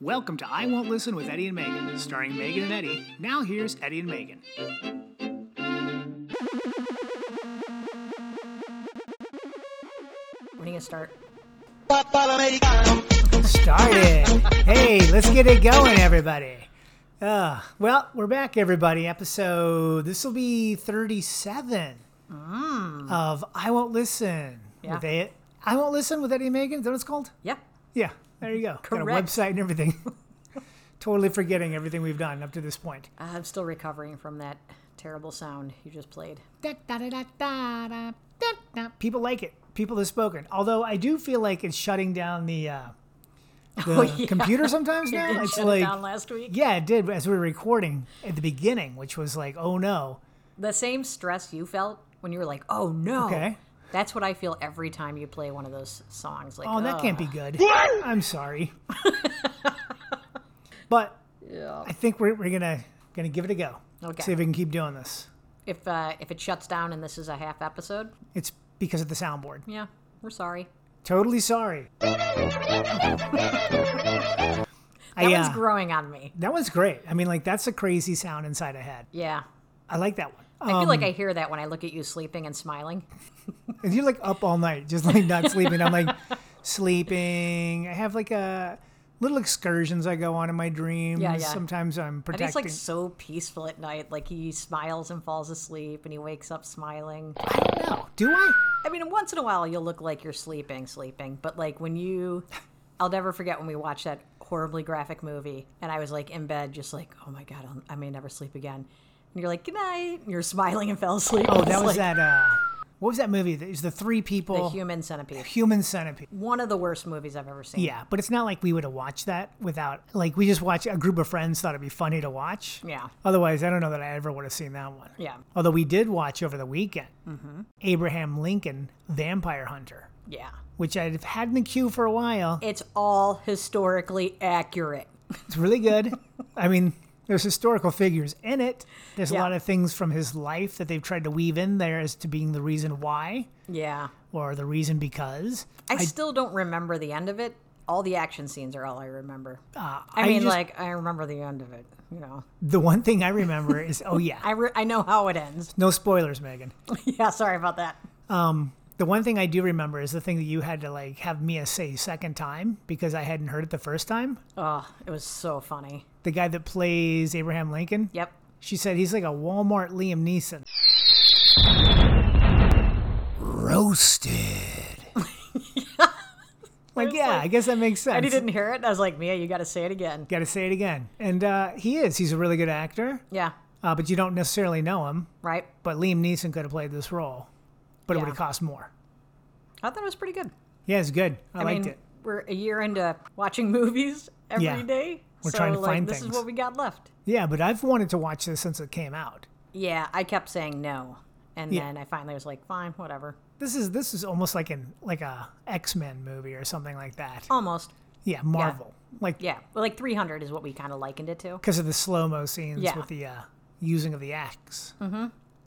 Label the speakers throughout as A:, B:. A: Welcome to I Won't Listen with Eddie and Megan, starring Megan and Eddie. Now here's Eddie and Megan.
B: When are you gonna start?
A: Started. hey, let's get it going, everybody. Uh, well, we're back, everybody. Episode, this will be 37 of I Won't Listen
B: Yeah.
A: with it. I Won't Listen with Eddie and Megan. Is that what it's called?
B: Yeah.
A: Yeah, there you go. Got a
B: Correct.
A: website and everything. totally forgetting everything we've done up to this point.
B: I'm still recovering from that terrible sound you just played.
A: Da-da-da-da-da-da-da. People like it. People have spoken. Although I do feel like it's shutting down the, uh, the
B: Oh, yeah.
A: computer sometimes
B: It
A: now.
B: did
A: it's
B: shut
A: like
B: it down last week.
A: yeah, it did as we were recording at the beginning, which was like oh no,
B: The same stress you felt when you were like, "Oh no."
A: Okay.
B: That's what I feel every time you play one of those songs. Like,
A: oh that can't be good. I'm sorry, but I think we're, we're gonna gonna give it a go.
B: Okay.
A: See if we can keep doing this.
B: If uh, if it shuts down and this is a half episode,
A: It's because of the soundboard.
B: yeah, we're sorry.
A: Totally sorry.
B: That
A: I, uh,
B: one's growing on me.
A: that one's great. I mean, like that's a crazy sound inside a head.
B: Yeah.
A: I like that one. Oh,
B: I feel like I hear that when I look at you sleeping and smiling.
A: And you're like up all night, just like not sleeping. I'm like sleeping. I have like a little excursions I go on in my dreams.
B: Yeah, yeah.
A: Sometimes I'm
B: And he's
A: protecting.
B: like so peaceful at night. Like he smiles and falls asleep and he wakes up smiling.
A: no, do I?
B: I mean, once in a while you'll look like you're sleeping, sleeping, but like when you, I'll never forget when we watched that horribly graphic movie, and I was like in bed, just like, oh my god, I'll, I may never sleep again. And you're like, good night. And you're smiling and fell asleep.
A: Oh, that
B: It's
A: was
B: like
A: that. Uh, what was that movie? It was the three
B: The
A: people,
B: Human Centipede.
A: human centipede.
B: One of the worst movies I've ever seen.
A: Yeah, but it's not like we would have watched that without. Like we just watched. A group of friends thought it'd be funny to watch.
B: Yeah.
A: Otherwise, I don't know that I ever would have seen that one.
B: Yeah.
A: Although we did watch over the weekend
B: Mm-hmm.
A: Abraham Lincoln, Vampire Hunter,
B: Yeah.
A: which I've had in the queue for a while.
B: It's all historically accurate.
A: It's really good. I mean, there's historical figures in it. There's a
B: Yeah.
A: lot of things from his life that they've tried to weave in there as to being the reason why
B: Yeah.
A: or the reason because.
B: I, still don't remember the end of it. All the action scenes are all I remember. I
A: Uh, I
B: mean,
A: just-
B: like, I remember the end of it, you know.
A: The one thing I remember is oh, yeah,
B: I, re- I know how it ends.
A: no spoilers, Megan.
B: yeah, sorry about that.
A: The one thing I do remember is the thing that you had to like have Mia say second time because I hadn't heard it the first time.
B: Oh, it was so funny.
A: The guy that plays Abraham Lincoln.
B: Yep.
A: She said he's like a Walmart Liam Neeson. Roasted. like, yeah, I guess that makes sense.
B: And he didn't hear it. and I was like, Mia, you got to say it again.
A: Got to say it again. And uh, he is. He's a really good actor,
B: Yeah,
A: uh, but you don't necessarily know him.
B: right?
A: But Liam Neeson could have played this role, but it
B: Yeah.
A: would have cost more.
B: I thought it was pretty good.
A: Yeah, it's good. I,
B: I
A: liked
B: mean,
A: it.
B: we're a year into watching movies every
A: Yeah.
B: day,
A: We're
B: so,
A: trying to
B: like,
A: find
B: this
A: things.
B: is what we got left.
A: Yeah, but I've wanted to watch this since it came out.
B: Yeah, I kept saying no. And
A: Yeah.
B: then I finally was like, fine, whatever.
A: This is this is almost like an like a X Men movie or something like that.
B: Almost.
A: Oh, Yeah, Marvel. Like
B: Yeah. Well, like 300 is what we kind of likened it to.
A: because of the slow mo scenes
B: Yeah.
A: with the uh, using of the axe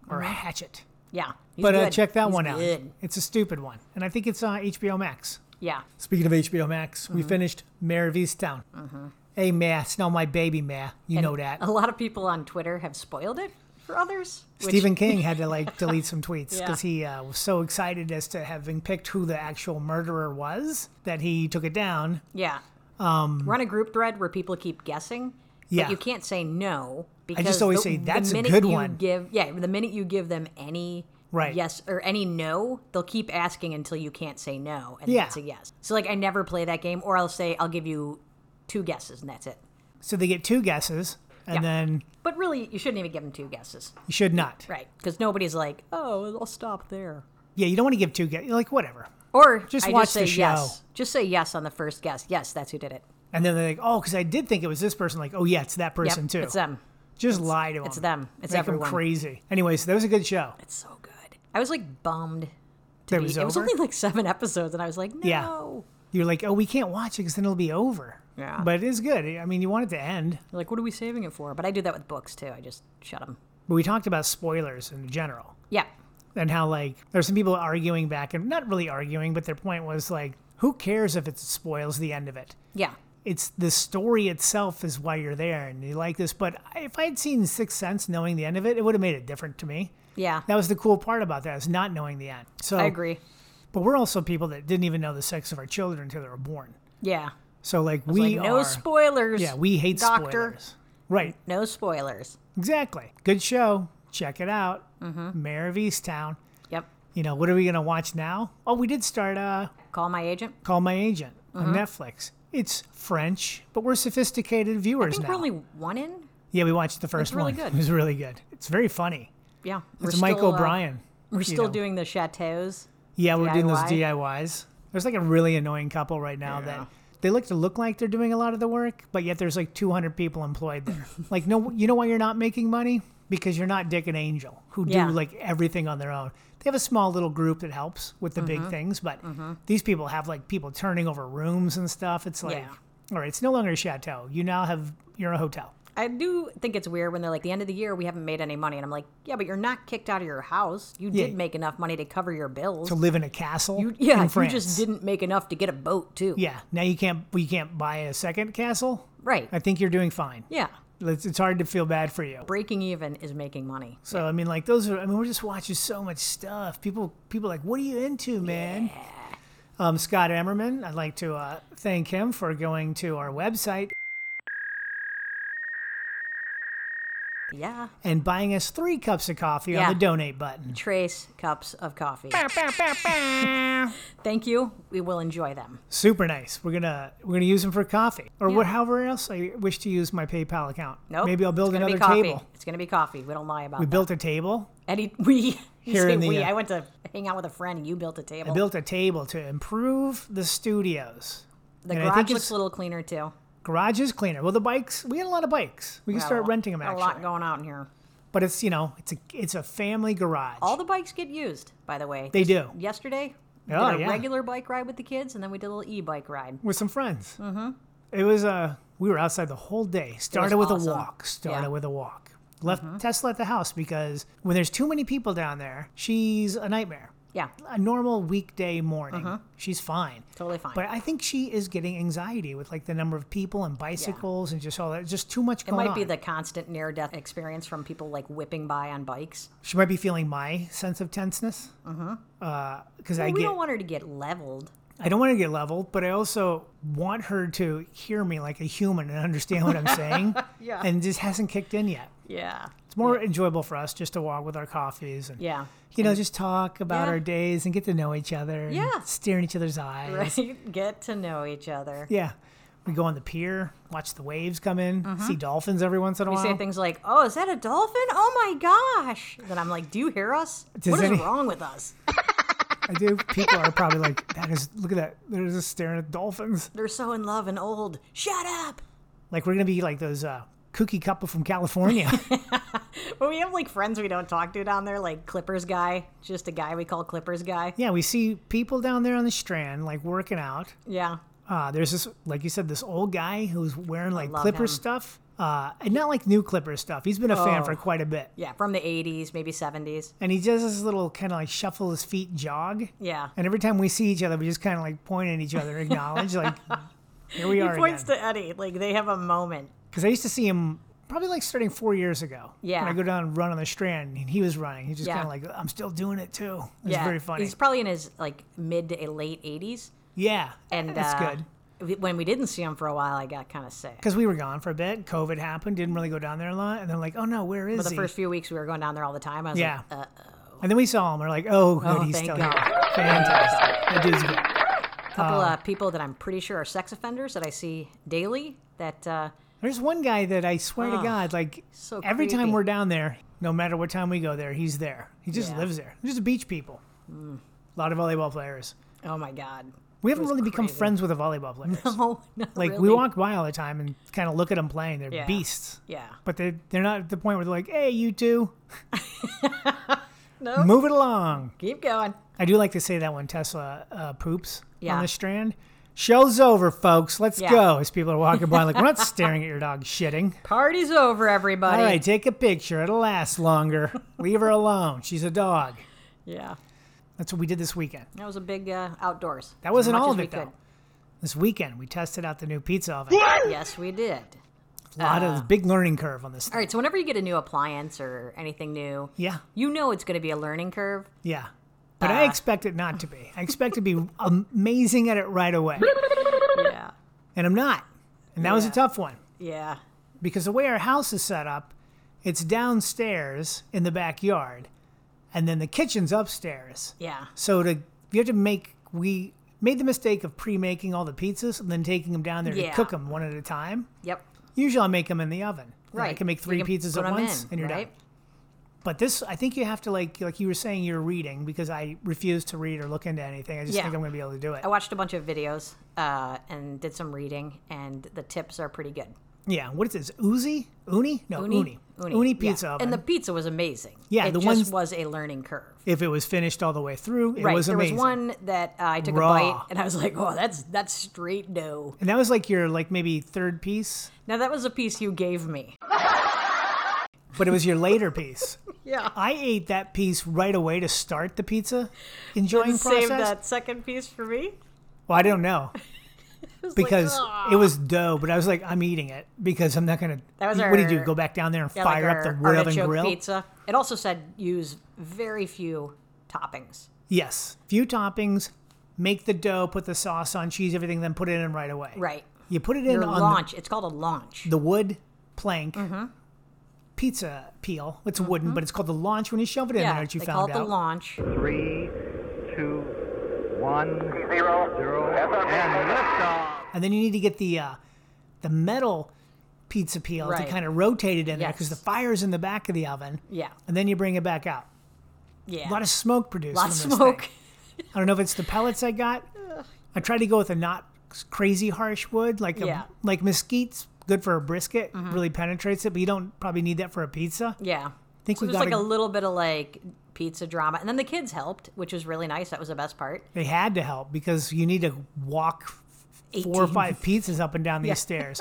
A: or hatchet.
B: Yeah. Mm-hmm. he's
A: But uh,
B: good.
A: check that
B: He's
A: one out.
B: good.
A: It's a stupid one, and I think it's on HBO Max.
B: Yeah.
A: Speaking of HBO Max, we
B: Mm-hmm.
A: finished Mayor of Easttown. Hey, Meh, smell my baby, Meh. You know that.
B: A lot of people on Twitter have spoiled it for others. which-
A: Stephen King had to like delete some tweets
B: Yeah.
A: because he uh, was so excited as to having picked who the actual murderer was that he took it down.
B: Yeah.
A: Um,
B: Run a group thread where people keep guessing.
A: Yeah.
B: But you can't say no because
A: always
B: the,
A: say,
B: the
A: "That's a
B: minute
A: good
B: you
A: one."
B: Give yeah, the minute you give them any
A: Right.
B: yes or any no, they'll keep asking until you can't say no, and
A: Yeah.
B: that's a yes. So like I never play that game, or I'll say I'll give you two guesses and that's it.
A: So they get two guesses, and
B: Yeah.
A: then
B: But really, you shouldn't even give them two guesses,
A: you should not.
B: right? Because nobody's like, oh, I'll stop there.
A: Yeah, you don't want to give two guesses. Like, whatever.
B: Or
A: Just
B: I
A: watch
B: just say
A: the show.
B: yes. Just say yes on the first guess. Yes, that's who did it.
A: And then they're like, oh, because I did think it was this person. Like, oh, yeah, it's that
B: Yep,
A: person too.
B: It's them.
A: Just lie to them.
B: It's them. It's
A: Make
B: everyone.
A: them crazy. Anyways, that was a good show.
B: It's so good. I was like bummed. To
A: That
B: be,
A: was
B: it was
A: over?
B: only like seven episodes, and I was like,
A: Yeah.
B: no.
A: You're like, oh, we can't watch it because then it'll be over.
B: Yeah.
A: But it is good. I mean, you want it to end.
B: Like, what are we saving it for? But I do that with books too. I just shut them.
A: But we talked about spoilers in general
B: Yeah.
A: and how, like, there's some people arguing back and not really arguing, but their point was, like, who cares if it spoils the end of it?
B: Yeah.
A: it's the story itself is why you're there and you like this. But I- if I had seen Sixth Sense knowing the end of it, it would have made it different to me.
B: Yeah,
A: That was the cool part about that is not knowing the end. So
B: I agree.
A: But we're also people that didn't even know the sex of our children until they were born.
B: Yeah,
A: So like we
B: like no
A: are
B: spoilers.
A: yeah we hate
B: Doctor.
A: spoilers. Right.
B: no spoilers.
A: Exactly. Good show. Check it out. Mm-hmm. Mayor of Easttown.
B: Yep.
A: You know what are we gonna watch now? Oh, we did start uh,
B: Call my agent.
A: Call My Agent on
B: Mm-hmm.
A: Netflix. It's French, but we're sophisticated
B: I
A: viewers
B: think
A: now.
B: we're only one in.
A: yeah, we watched the first
B: really
A: one.
B: good.
A: It was really good. It's very funny.
B: Yeah,
A: It's Mike
B: still, uh,
A: O'Brien.
B: we're still
A: know.
B: doing the chateaus.
A: Yeah, we're doing those
B: DIY.
A: DIYs. There's like a really annoying couple right now that they look to look like they're doing a lot of the work, but yet there's like 200 people employed there. like, no, you know why you're not making money? Because you're not Dick and Angel, who
B: Yeah.
A: do like everything on their own. They have a small little group that helps with the
B: Mm-hmm.
A: big things, but these people have like people turning over rooms and stuff. It's like,
B: Yeah.
A: all right, it's no longer a chateau. You now have, you're a hotel.
B: I do think it's weird when they're like, the end of the year, we haven't made any money. And I'm like, yeah, but you're not kicked out of your house. You
A: Yeah.
B: did make enough money to cover your bills.
A: To live in a castle.
B: You- yeah,
A: in
B: you
A: France.
B: just didn't make enough to get a boat, too.
A: Yeah, now you can't, you can't buy a second castle.
B: Right.
A: I think you're doing fine.
B: yeah.
A: It's, it's hard to feel bad for you.
B: Breaking even is making money.
A: So I mean, like those are. I mean, we're just watching so much stuff. People, people are like, what are you into, man? Um, Scott Emmerman, I'd like to uh, thank him for going to our website
B: Yeah.
A: and buying us three cups of coffee
B: Yeah.
A: on the donate button.
B: Trace cups of coffee. Thank you. We will enjoy them.
A: Super nice. We're gonna we're gonna use them for coffee or what, however else I wish to use my PayPal account.
B: Nope.
A: Maybe I'll build
B: it's gonna
A: another
B: be coffee.
A: table.
B: It's going to be coffee. We don't lie about
A: We
B: that.
A: built a table.
B: Eddie, we. You
A: Here
B: say
A: in the,
B: we.
A: uh,
B: I went to hang out with a friend and you built a table.
A: I built a table to improve the studios.
B: the
A: and I think
B: garage looks
A: it's-
B: a little cleaner, too.
A: Garage is cleaner. Well, the bikes. We had a lot of bikes. We can
B: Got a
A: start
B: lo-
A: renting them
B: got
A: actually.
B: A lot going on here.
A: but it's you know it's a it's a family garage.
B: All the bikes get used, by the way.
A: they do
B: yesterday. we
A: Oh,
B: did a
A: yeah.
B: regular bike ride with the kids, and then we did a little e-bike ride.
A: with some friends. Mm-hmm. It was uh, we were outside the whole day. Started with a
B: awesome.
A: walk. Started
B: Yeah. Mm-hmm.
A: with a walk. Left Tesla at the house because when there's too many people down there, she's a nightmare.
B: Yeah,
A: A normal weekday morning, she's fine.
B: totally Mm-hmm. fine.
A: But I think she is getting anxiety with like the number of people and bicycles and just all that. Just too much
B: it
A: going
B: might be
A: on.
B: the constant near-death experience from people like whipping by on bikes.
A: she might be feeling my sense of tenseness. Because I
B: Mm-hmm. we
A: get
B: don't want her to get leveled.
A: I don't want to get leveled, but I also want her to hear me like a human and understand what I'm saying.
B: Yeah.
A: And just hasn't kicked in yet.
B: Yeah,
A: It's more enjoyable for us just to walk with our coffees and
B: yeah,
A: you know, just talk about
B: Yeah.
A: our days and get to know each other. and
B: Yeah.
A: Stare in each other's eyes.
B: right. Get to know each other.
A: Yeah. We go on the pier, watch the waves come in,
B: Mm-hmm.
A: see dolphins every once in a
B: We
A: while.
B: say things like, "Oh, is that a dolphin? Oh my gosh!" Then I'm like, "Do you hear us?
A: Does
B: what is
A: any-
B: wrong with us?
A: I do. People are probably like, that is look at that. They're just staring at dolphins.
B: They're so in love and old. Shut up!"
A: Like we're gonna be like those uh, cookie couple from California.
B: But we have like friends we don't talk to down there, like Clippers guy, just a guy we call Clippers guy.
A: yeah, we see people down there on the strand, like working out.
B: Yeah,
A: Uh, there's this, like you said, this old guy who's wearing like
B: love
A: Clipper
B: him.
A: stuff, uh, and not like new Clipper stuff. He's been a fan
B: Oh.
A: for quite a bit,
B: yeah, from the '80s, maybe '70s.
A: and he does this little kind of like shuffle his feet jog.
B: Yeah.
A: And every time we see each other, we just kind of like point at each other, and acknowledge like here we
B: He
A: are
B: points
A: again.
B: to Eddie. Like they have a moment.
A: Because I used to see him probably like starting four years ago.
B: Yeah.
A: when I go down and run on the strand, and he was running. He's just
B: Yeah.
A: kind of like I'm still doing it too. It's
B: yeah.
A: very funny.
B: He's probably in his like mid to late 80s.
A: yeah,
B: And
A: that's
B: uh,
A: good.
B: w- When we didn't see him for a while, I got kind of sick.
A: Because we were gone for a bit, COVID happened, didn't really go down there a lot, and they're like, "Oh no, where is
B: For the
A: he?"
B: first few weeks, we were going down there all the time. I was
A: Yeah.
B: like, uh,
A: And then we saw him. We're like, oh, good,
B: Oh,
A: he's
B: thank
A: still
B: God.
A: here. Fantastic. That dude's good.
B: a couple
A: Oh.
B: of people that I'm pretty sure are sex offenders that I see daily. That uh,
A: There's one guy that I swear to God, like
B: so
A: every time
B: creepy.
A: we're down there, no matter what time we go there, he's there. He just
B: Yeah. Hmm.
A: lives there. He's just beach people. A lot of volleyball players.
B: oh my god,
A: We haven't
B: was
A: really become
B: crazy.
A: friends with the volleyball players.
B: oh not
A: Like
B: really.
A: we walk by all the time and kind of look at them playing. They're
B: Yeah.
A: beasts.
B: Yeah,
A: But they they're not at the point where they're like, hey, you two,
B: No.
A: move it along.
B: keep going.
A: I do like to say that when Tesla uh, poops on
B: Yeah.
A: the strand. Show's over, folks. Let's
B: Yeah.
A: go. As people are walking by, like, we're not staring at your dog shitting.
B: Party's over, everybody.
A: All right, take a picture. It'll last longer. Leave her alone. She's a dog.
B: Yeah,
A: That's what we did this weekend.
B: that was a big uh, outdoors.
A: That wasn't
B: as much
A: all
B: as
A: of
B: we
A: it, though.
B: could.
A: this weekend. We tested out the new pizza oven.
B: Yes, we did.
A: A lot
B: Uh.
A: of big learning curve on this.
B: All
A: Thing.
B: right, so whenever you get a new appliance or anything new,
A: Yeah,
B: you know it's going to be a learning curve.
A: yeah. But I expect it not to be. I expect to be amazing at it right away,
B: Yeah.
A: and I'm not. And that was a
B: Yeah.
A: tough one
B: Yeah.
A: because the way our house is set up, it's downstairs in the backyard, and then the kitchen's upstairs.
B: Yeah.
A: So to you have to make we made the mistake of pre-making all the pizzas and then taking them down there to
B: Yeah.
A: cook them one at a time.
B: Yep.
A: Usually I make them in the oven. Then I
B: Right.
A: can make
B: You
A: three pizzas
B: put
A: at
B: 'em
A: once
B: in,
A: and you're
B: right?
A: done. But this, I think you have to like like you were saying you're reading because I refuse to read or look into anything. I just
B: Yeah. Oh.
A: think I'm going to be able to do it.
B: I watched a bunch of videos uh, and did some reading, and the tips are pretty good.
A: Yeah. What is this? Uzi? Uni? No, Uni. Uni,
B: yeah.
A: pizza oven.
B: And the pizza was amazing.
A: Yeah,
B: it
A: the
B: just
A: ones-
B: was a learning curve.
A: if it was finished all the way through, it
B: right.
A: was
B: there
A: amazing.
B: was one that uh, I took
A: Raw.
B: a bite, and I was like, "Oh, that's that's straight dough."
A: And that was like your like maybe third piece,
B: Now that was a piece you gave me.
A: but it was your later piece.
B: Yeah.
A: I ate that piece right away to start the pizza enjoying
B: Save
A: process.
B: that second piece for me.
A: Well, I don't know
B: It was like,
A: because
B: "Ugh."
A: it was dough, but I was like, I'm eating it because I'm not gonna.
B: That was
A: what do you do?
B: our-
A: Go back down there and
B: Yeah, like
A: fire up
B: our
A: the wood oven
B: artichoke
A: grill?
B: pizza. It also said use very few toppings.
A: Yes, few toppings. Make the dough, put the sauce on, cheese, everything, then put it in right away.
B: Right.
A: You put it in
B: Your
A: on the-
B: launch. Mm-hmm. It's called a launch.
A: the wood plank. Pizza peel. It's wooden, but it's called the launch when you shove it in
B: Mm-hmm. yeah,
A: there that you
B: they
A: found
B: call it
A: out.
B: the launch.
C: Three, two, one,
D: Zero.
C: zero, and liftoff.
A: and then you need to get the uh, the metal pizza peel
B: Right.
A: to kind of rotate it in there
B: Yes.
A: because the fire's in the back of the oven.
B: Yeah.
A: And then you bring it back out.
B: Yeah.
A: A lot of smoke produced.
B: lot of
A: from this
B: smoke.
A: thing. I don't know if it's the pellets I got. I tried to go with a not crazy harsh wood, like
B: Yeah.
A: a,
B: Mm-hmm.
A: like mesquite's good for a brisket, really penetrates it, but you don't probably need that for a pizza.
B: Yeah.
A: think
B: so
A: we
B: there's like
A: gotta-
B: a little bit of like pizza drama, and then the kids helped, which was really nice. That was the best part.
A: They had to help because you need to walk four or
B: 18.
A: five pizzas up and down these stairs.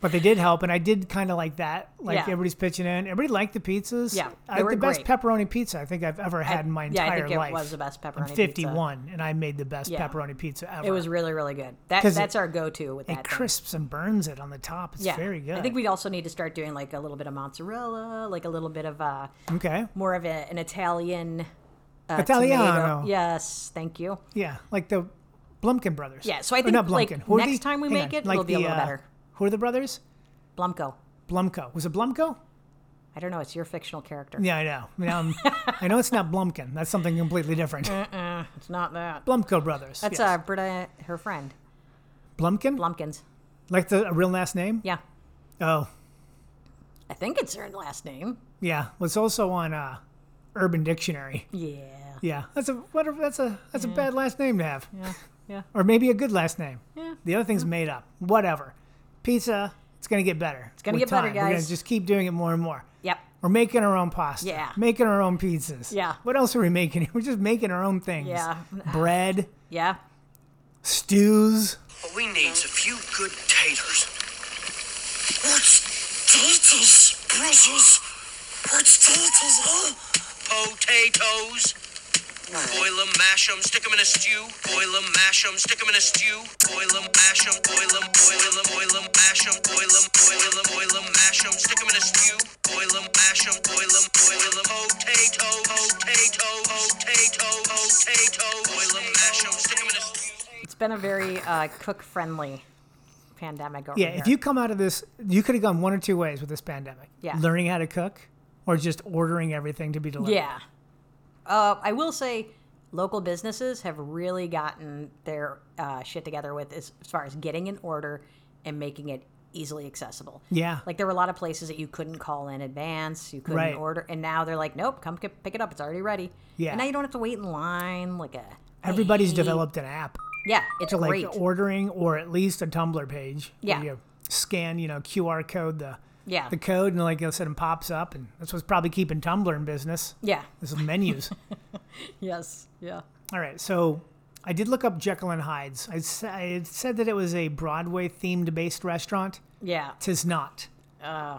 A: But they did help, and I did kind of like that. Like
B: Yeah.
A: everybody's pitching in. Everybody liked the pizzas.
B: Yeah,
A: I,
B: they
A: the
B: were
A: best
B: great.
A: pepperoni pizza I think I've ever had in my
B: yeah,
A: entire
B: I think
A: life.
B: it was the best pepperoni.
A: I'm
B: pizza.
A: 51, and I made the best
B: Yeah.
A: pepperoni pizza ever.
B: It was really really good. That
A: 'Cause
B: that's our go-to with that.
A: it
B: thing.
A: crisps and burns it on the top. It's
B: Yeah.
A: very good.
B: I think we'd also need to start doing like a little bit of mozzarella, like a little bit of uh,
A: okay.
B: more of a, an Italian. Uh,
A: Italiano.
B: Tomato. Yes, thank you.
A: Yeah, like the Blumkin brothers.
B: Yeah, so I
A: Or
B: think,
A: not
B: like,
A: Blumkin. Who are
B: next
A: the- uh,
B: time we
A: hang
B: make it, it'll be a little better.
A: Who are the brothers?
B: Blumko.
A: Blumko. Was it Blumko?
B: I don't know. It's your fictional character.
A: Yeah, I know. Now I'm, I know it's not Blumkin. That's something completely different.
B: It's not that.
A: Blumko brothers.
B: Uh, That's
A: yes.
B: uh, Britta, her friend.
A: Blumkin.
B: Blumkins.
A: like the a real last name.
B: Yeah.
A: Oh,
B: I think it's her last name.
A: yeah. Well, it's also on uh, Urban Dictionary.
B: Yeah.
A: Yeah, that's a what a, that's a that's a bad last name to have,
B: Yeah. Yeah.
A: or maybe a good last name.
B: Yeah.
A: The other thing's made up. Whatever. Pizza. It's gonna get better. It's
B: gonna get better,
A: We're gonna
B: guys.
A: just keep doing it more and more.
B: Yep.
A: We're making our own pasta.
B: Yeah.
A: Making our own pizzas.
B: Yeah.
A: What else are we making? We're just making our own things.
B: Yeah.
A: Bread,
B: Yeah.
A: stews.
E: But we needs a few good taters. What's taters, precious? What's taters, huh? Potatoes. Boil 'em, mash 'em, stick 'em in a stew. Boil 'em, mash 'em, stick 'em in a stew. Boil 'em, mash 'em, boil 'em, boil 'em, boil 'em, mash 'em, boil 'em, boil 'em, boil 'em, mash 'em, stick 'em in a stew. Boil 'em, mash 'em, boil 'em, boil 'em. Potato, potato, potato, potato. Boil 'em, mash 'em, stick 'em in a stew.
B: It's been a very uh, cook friendly pandemic over
A: Yeah,
B: here.
A: if you come out of this, you could have gone one or two ways with this pandemic.
B: Yeah.
A: Learning how to cook or just ordering everything to be delivered.
B: Yeah. Uh, I will say local businesses have really gotten their uh, shit together with as, as far as getting an order and making it easily accessible.
A: Yeah.
B: Like there were a lot of places that you couldn't call in advance, you couldn't
A: Right.
B: order, and now they're like, nope, come get, pick it up, it's already ready.
A: Yeah.
B: And now you don't have to wait in line like a.
A: Everybody's
B: Hey.
A: developed an app
B: Yeah, it's
A: to like
B: great.
A: ordering or at least a Tumblr page. where
B: Yeah.
A: You scan, you know, QR code the
B: yeah.
A: the code and like I said, it pops up and that's what's probably keeping Tumblr in business.
B: yeah.
A: This is menus.
B: Yes. Yeah.
A: All right, so I did look up Jekyll and Hyde's. I, s- I had said that it was a Broadway themed based restaurant.
B: Yeah.
A: Tis not.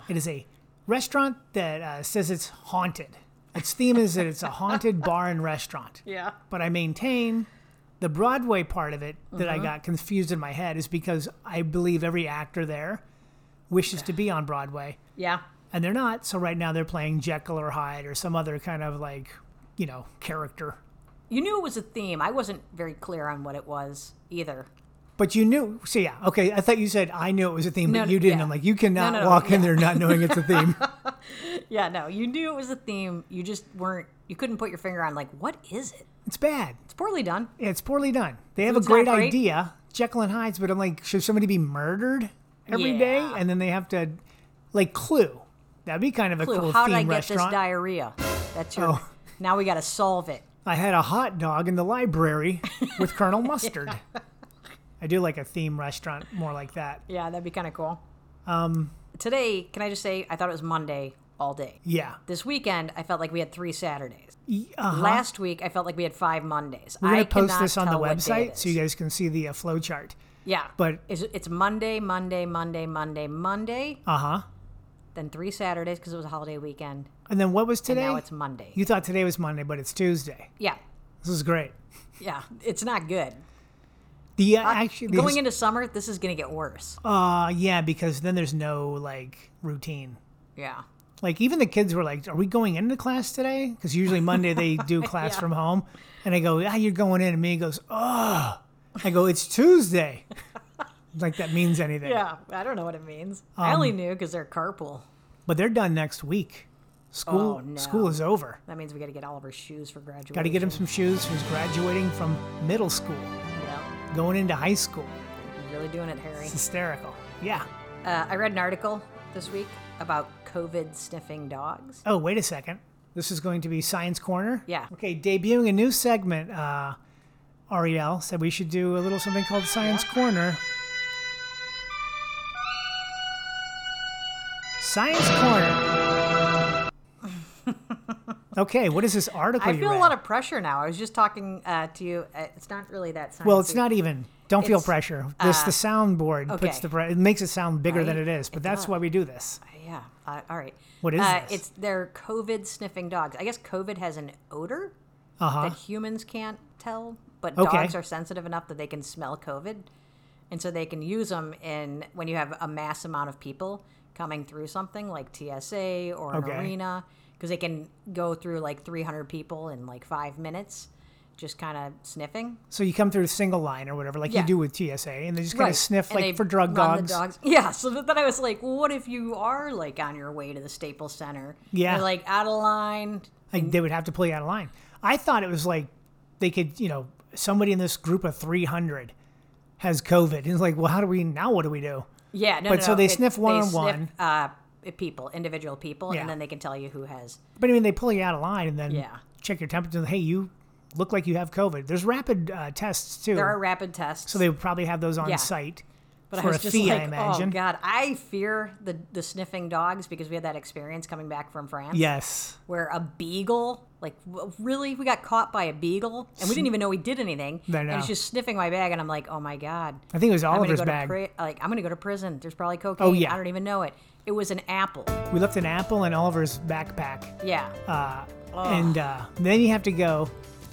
A: It is a restaurant that uh, says it's haunted. Its theme is that it's a haunted bar and restaurant.
B: Yeah.
A: But I maintain The Broadway part of it that
B: Uh-huh.
A: I got confused in my head is because I believe every actor there wishes to be on Broadway
B: Yeah.
A: and they're not. So right now they're playing Jekyll or Hyde or some other kind of like, you know, character.
B: You knew it was a theme. I wasn't very clear on what it was either.
A: But you knew. So yeah, okay. I thought you said I knew it was a theme,
B: No,
A: but
B: no,
A: you didn't.
B: yeah.
A: I'm like, you cannot
B: No, no, no,
A: walk in
B: yeah.
A: there not knowing it's a theme.
B: Yeah, no, you knew it was a theme. You just weren't, you couldn't put your finger on, like, what is it?
A: it's bad.
B: It's poorly done.
A: It's poorly done. They have
B: it's
A: a
B: not
A: great,
B: great?
A: idea, Jekyll and Hyde's, but I'm like, should somebody be murdered every day?
B: Yeah.
A: And then they have to, like, Clue. That'd be kind of a
B: Clue,
A: cool
B: how
A: theme
B: did I get
A: restaurant.
B: this diarrhea? That's your,
A: Oh.
B: now we got to solve it.
A: I had a hot dog in the library with Colonel Mustard. I do like a theme restaurant more like that.
B: Yeah, that'd be kind of cool. Um, Today, can I just say, I thought it was Monday all day.
A: Yeah.
B: This weekend, I felt like we had three Saturdays.
A: Y- Uh-huh.
B: Last week, I felt like we had five Mondays.
A: We're
B: I
A: gonna post
B: cannot
A: this on the
B: tell what day it
A: website
B: is.
A: so you guys can see the uh, flow chart.
B: yeah,
A: but-
B: it's, it's Monday, Monday, Monday, Monday, Monday,
A: Uh huh.
B: then three Saturdays because it was a holiday weekend.
A: And then what was today?
B: Now it's Monday.
A: you thought today was Monday, but it's Tuesday.
B: yeah,
A: This is great.
B: yeah, it's not good.
A: The uh, actually the
B: Going
A: his-
B: into summer, this is going to get worse.
A: uh yeah because then there's no like routine.
B: Yeah,
A: Like even the kids were like, "Are we going into class today?" Because usually Monday they do class from home, and I go, "Yeah, you're going in." And me goes, "Oh," I go, "It's Tuesday." like that means anything.
B: yeah, I don't know what it means. I only knew because they're carpool.
A: But they're done next week. School
B: Oh, no.
A: school is over.
B: That means we got to get all of our shoes for graduation.
A: Got to get him some shoes. Who's graduating from middle school?
B: Yeah,
A: going into high school.
B: you're really doing it, Harry.
A: It's hysterical. Yeah.
B: Uh, I read an article this week about COVID sniffing dogs.
A: Oh, wait a second. This is going to be Science Corner?
B: Yeah.
A: Okay, debuting a new segment. Uh, Ariel said we should do a little something called Science Corner. Science Corner. okay, what is this article
B: I
A: you
B: feel
A: read?
B: a lot of pressure now. I was just talking uh, to you. Uh, it's not really that.
A: well, it's
B: sciencey.
A: not even. Don't feel
B: It's, uh,
A: pressure. This the soundboard puts
B: okay.
A: the pre- it makes it sound bigger than
B: Right?
A: it is, but
B: It
A: that's
B: does.
A: why we do this.
B: Yeah. Uh, all right.
A: What is
B: uh,
A: this?
B: It's they're COVID sniffing dogs. I guess COVID has an odor
A: Uh-huh.
B: that humans can't tell, but
A: Okay.
B: dogs are sensitive enough that they can smell COVID, and so they can use them in when you have a mass amount of people coming through something like TSA or an
A: Okay.
B: arena, because they can go through like 300 people in like five minutes, just kind of sniffing.
A: So you come through a single line or whatever, like
B: Yeah.
A: you do with TSA, and they just kind of sniff
B: And
A: like
B: they
A: for drug
B: run the
A: dogs.
B: Yeah. So th- then I was like, well, what if you are like on your way to the Staples Center?
A: Yeah.
B: You're like out of line.
A: Like they would have to pull you out of line. I thought it was like they could, you know, somebody in this group of 300 has COVID. And it's like, well, how do we now? What do we do?
B: Yeah. No.
A: But
B: no,
A: so
B: no,
A: they
B: it-
A: sniff one-on-one.
B: sniff, Uh, people, individual people,
A: Yeah.
B: and then they can tell you who has.
A: But I mean, they pull you out of line and then
B: Yeah.
A: check your temperature. and, Hey, you look like you have COVID. There's rapid uh, tests too.
B: There are rapid tests.
A: so they would probably have those on
B: Yeah.
A: site
B: but
A: for
B: I was
A: a
B: just
A: fee,
B: like,
A: I imagine.
B: oh god, I fear the the sniffing dogs because we had that experience coming back from France.
A: Yes.
B: where a beagle like w- really we got caught by a beagle and we didn't even know we did anything
A: No,
B: and
A: no.
B: it's just sniffing my bag and i'm like oh my god
A: I think it was
B: i'm gonna
A: Oliver's
B: go
A: bag. Oh,
B: to pri- like i'm gonna go to prison there's probably cocaine
A: yeah.
B: i don't even know it it was an apple
A: we left an apple in Oliver's backpack.
B: yeah
A: uh, and uh, then you have to go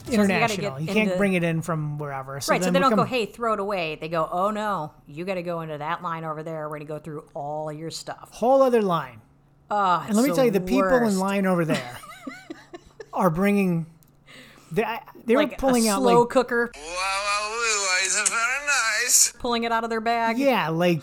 B: gotta
A: international.
B: get
A: You can't
B: into-
A: bring it in from wherever. So
B: right so
A: then
B: they
A: we
B: don't go
A: come-
B: hey throw it away they go oh no you gotta go into that line over there we're gonna go through all your stuff
A: Whole other line.
B: oh,
A: And let me tell you, the people in line over there are bringing. They, I- they
B: like
A: were pulling
B: a
A: out
B: slow
A: like
B: cooker
E: Wow, wow, wow, isn't very nice.
B: pulling it out of their bag
A: yeah, like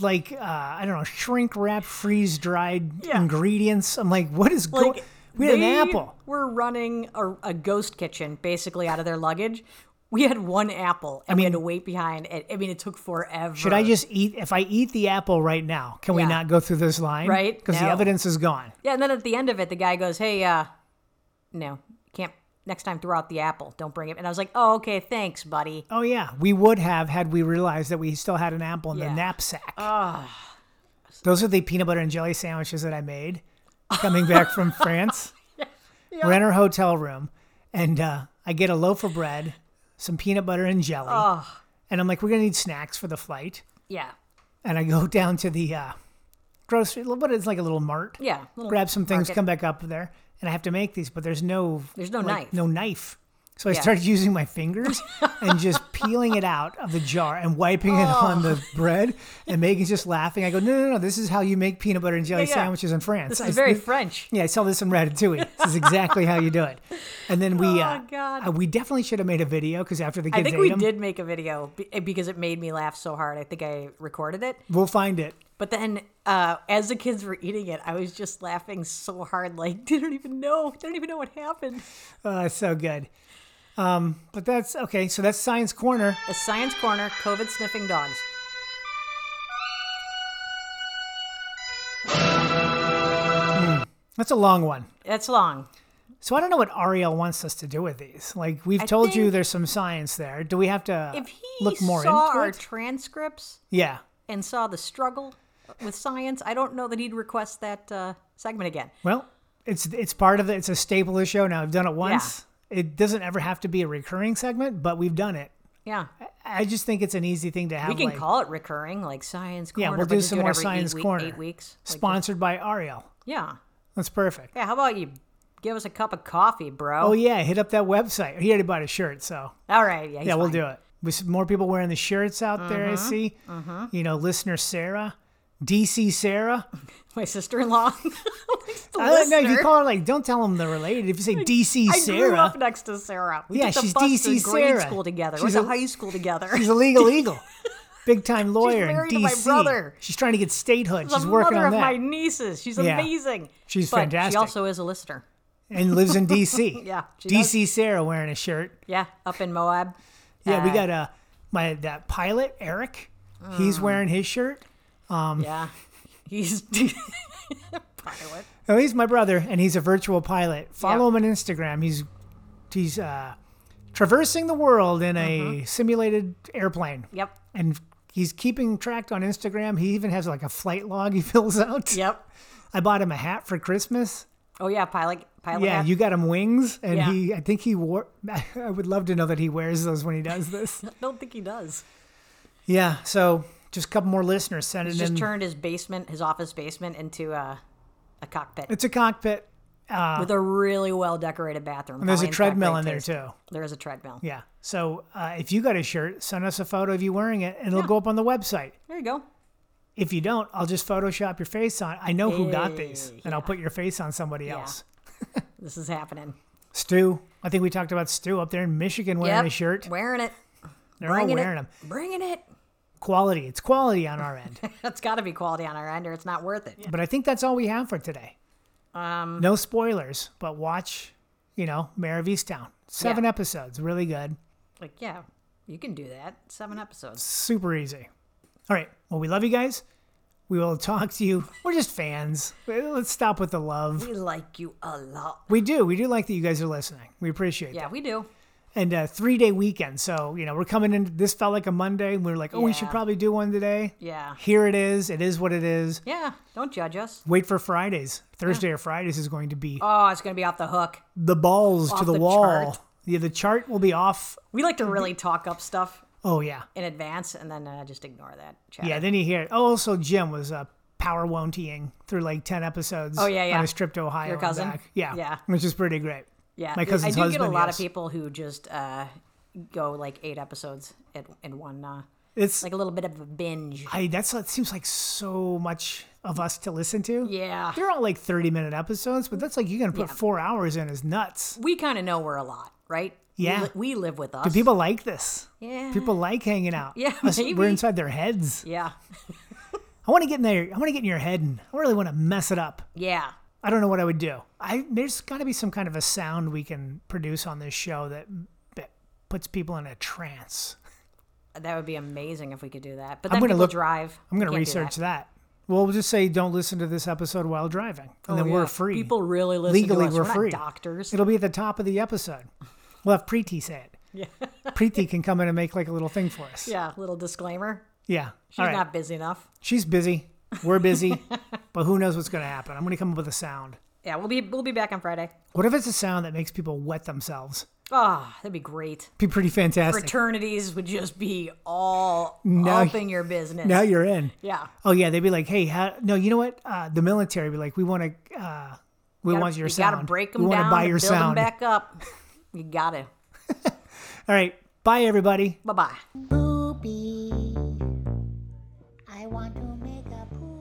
A: like uh, I don't know, shrink wrap, freeze dried
B: Yeah.
A: ingredients. I'm like, what is going?
B: Like,
A: We had an
B: they
A: apple.
B: We're running a, a ghost kitchen basically out of their luggage. We had one apple, and we had to wait behind. It. I mean, it took forever.
A: Should I just eat? If I eat the apple right now, can we
B: Yeah.
A: not go through this line?
B: Right?
A: Because the
B: No.
A: evidence is gone.
B: Yeah, and then at the end of it, the guy goes, "Hey, uh, no, can't. Next time, throw out the apple. Don't bring it." And I was like, "Oh, okay, thanks, buddy."
A: Oh yeah, we would have had we realized that we still had an apple in the
B: Yeah. Ah.
A: knapsack. Those are the peanut butter and jelly sandwiches that I made coming back from France. We're in our hotel room, and uh, I get a loaf of bread, some peanut butter and jelly,
B: Ah.
A: and I'm like, we're gonna need snacks for the flight.
B: Yeah,
A: And I go down to the uh, grocery, what is like a little mart.
B: yeah. little
A: Grab some things,
B: market.
A: come back up there, and I have to make these, but there's no
B: There's no
A: like,
B: knife.
A: no knife. So I
B: Yeah.
A: started using my fingers and just peeling it out of the jar and wiping it on the
B: Oh.
A: bread. And Megan's just laughing. I go, no, no, no, this is how you make peanut butter and jelly
B: Yeah, yeah.
A: sandwiches in France.
B: This
A: I-
B: is very French.
A: yeah, I saw this in Ratatouille. This is exactly how you do it. And then we, uh,
B: Oh, God.
A: uh, we definitely should have made a video because after the kids
B: I think
A: ate
B: we
A: them,
B: did make a video be- eh, because it made me laugh so hard. I think I recorded it.
A: we'll find it.
B: But then, uh, as the kids were eating it, I was just laughing so hard, like they don't even know, they don't even know what happened.
A: Oh, it's so good. Um, but that's okay. So that's Science Corner.
B: A science corner, COVID sniffing dogs.
A: That's a long one.
B: That's long.
A: So I don't know what Ariel wants us to do with these. Like we've told you,
B: think-
A: there's some science there. Do we have to
B: If he
A: look more
B: saw
A: into
B: our
A: it?
B: transcripts
A: Yeah.
B: and saw the struggle with science, I don't know that he'd request that uh, segment again.
A: Well, it's it's part of the, it's a staple of the show now. I've done it once. It doesn't ever have to be a recurring segment, but we've done it.
B: Yeah,
A: I just think it's an easy thing to have.
B: we can
A: like,
B: call it recurring, like science corner.
A: Yeah, we'll
B: but
A: do
B: just
A: some
B: it
A: more
B: every eight
A: Science
B: week-
A: Corner.
B: Eight weeks. Like,
A: sponsored by Ariel.
B: yeah,
A: That's perfect.
B: yeah. How about you give us a cup of coffee, bro?
A: Oh yeah, hit up that website. He already bought a shirt, so
B: All right, yeah, he's
A: yeah, we'll
B: fine. Mm-hmm.
A: do it. We see more people wearing the shirts out there. I see. You know, listener Sarah, DC Sarah.
B: My sister-in-law.
A: I don't know if you call her like. Don't tell them they're related. If you say DC
B: I
A: Sarah,
B: grew up next to Sarah. We
A: Yeah,
B: took the
A: she's
B: bus
A: DC
B: to grade
A: Sarah.
B: school together.
A: She's
B: She's we
A: a-
B: went to high school together.
A: she's a legal eagle, big time lawyer
B: married
A: in
B: to
A: DC.
B: my brother.
A: She's trying to get statehood.
B: the
A: she's working
B: mother
A: on
B: of
A: that
B: my nieces. She's
A: Yeah.
B: amazing.
A: She's
B: but
A: fantastic.
B: She also is a listener.
A: and lives in DC.
B: Yeah, she
A: DC Sarah wearing a shirt.
B: Yeah, up in Moab.
A: Yeah, we
B: Uh,
A: got a my that pilot Eric.
B: Mm.
A: He's wearing his shirt.
B: Yeah, he's pilot.
A: Oh, he's my brother, and he's a virtual pilot. Follow him on Instagram. He's he's uh, traversing the world in
B: Mm-hmm.
A: a simulated airplane.
B: Yep,
A: And he's keeping track on Instagram. He even has like a flight log he fills out.
B: yep.
A: I bought him a hat for Christmas.
B: Oh yeah, pilot. Pilot.
A: yeah,
B: hat.
A: you got him wings, and
B: Yeah.
A: he I think he wore. I would love to know that he wears those when he does this.
B: I don't think he does.
A: yeah. So just a couple more listeners sending
B: He's
A: in.
B: just turned his basement, his office basement, into a, a cockpit
A: it's a cockpit.
B: with a really well decorated
A: Uh-huh.
B: bathroom.
A: And there's
B: Probably,
A: a
B: in fact,
A: treadmill
B: great
A: in there
B: taste.
A: too.
B: There is a treadmill.
A: Yeah. So uh, if you got a shirt, send us a photo of you wearing it, and it'll go up on the website.
B: There you go.
A: If you don't, I'll just Photoshop your face on. I know who got these, and I'll put your face on somebody else.
B: This is happening.
A: Stu, I think we talked about Stu up there in Michigan wearing
B: Yep,
A: a shirt.
B: Wearing it.
A: They're all
B: bringing it.
A: wearing them.
B: Bringing it.
A: Quality. It's quality on our end.
B: That's got to be quality on our end, or it's not worth it.
A: but I think that's all we have for today. Um, no spoilers, but watch, you know, Mayor of Easttown. Seven
B: Yeah.
A: episodes. Really good.
B: Like, yeah, you can do that. Seven episodes.
A: super easy. All right. Well, we love you guys. We will talk to you. We're just fans. Let's stop with the love.
B: We like you a lot.
A: We do. We do like that you guys are listening. We appreciate that.
B: Yeah, we do.
A: And uh, three day weekend. So, you know, we're coming in. This felt like a Monday. And we were like, oh, we should
B: Yeah.
A: probably do one today.
B: Yeah.
A: Here it is. It is what it is.
B: Yeah, don't judge us.
A: Wait for Fridays. Thursday or Fridays is going to be
B: Oh, it's going to be off the hook.
A: the balls to
B: off
A: the,
B: the
A: wall.
B: chart.
A: Yeah, the chart will be off.
B: We like to really talk up stuff
A: Oh, yeah.
B: in advance and then uh, just ignore that chat.
A: Yeah, then you hear it. Oh, also Jim was uh, power wontying through like ten episodes.
B: Oh, yeah, yeah.
A: On his trip to Ohio.
B: Your
A: and
B: cousin?
A: back. Yeah,
B: Yeah.
A: Which is pretty great.
B: yeah.
A: my cousin's
B: I do get a
A: husband,
B: lot
A: yes.
B: of people who just uh, go like eight episodes in, in one, uh,
A: It's
B: like
A: like
B: a little bit of a binge.
A: I that's it seems like so much of us to listen to.
B: Yeah.
A: They're all like thirty minute episodes, but that's like you're gonna put
B: Yeah.
A: four hours in is nuts.
B: We kind of know we're a lot, right? We
A: Yeah.
B: li- We, live with us.
A: People like this.
B: yeah.
A: People like hanging out.
B: Yeah,
A: Us- we're
B: maybe.
A: inside their heads.
B: Yeah.
A: I want to get in there. I want to get in your head, and I really want to mess it up.
B: Yeah.
A: I don't know what I would do. I there's got to be some kind of a sound we can produce on this show that, that puts people in a trance.
B: That would be amazing if we could do that. But
A: I'm
B: then
A: gonna
B: people
A: look-
B: drive.
A: I'm going to
B: Can't do
A: research that. Well, we'll just say don't listen to this episode while driving, and then
B: Oh, Yeah.
A: we're free.
B: People really listen
A: legally
B: to us.
A: we're,
B: not
A: free.
B: doctors.
A: It'll be at the top of the episode. We'll have Preeti say it. Yeah. Preeti can come in and make like a little thing for us.
B: yeah. Little disclaimer.
A: Yeah.
B: She's not busy enough.
A: She's busy. We're busy, but who knows what's going to happen? I'm going to come up with a sound.
B: Yeah, we'll be we'll be back on Friday.
A: What if it's a sound that makes people wet themselves?
B: Ah, that'd be great.
A: Be pretty fantastic.
B: Fraternities would just be all
A: Now-
B: up in your business.
A: now you're in.
B: yeah.
A: Oh yeah, they'd be like, "Hey, how, no, you know what? Uh, the military would be like, we want to, uh, we
B: Gotta-
A: want your
B: you
A: sound.
B: gotta break
A: we
B: them
A: wanna
B: down.
A: buy
B: to
A: your
B: build 'em
A: sound.
B: back up. You gotta.
A: All right. Bye, everybody.
B: Bye bye.
D: Poopy. I want to make a poo.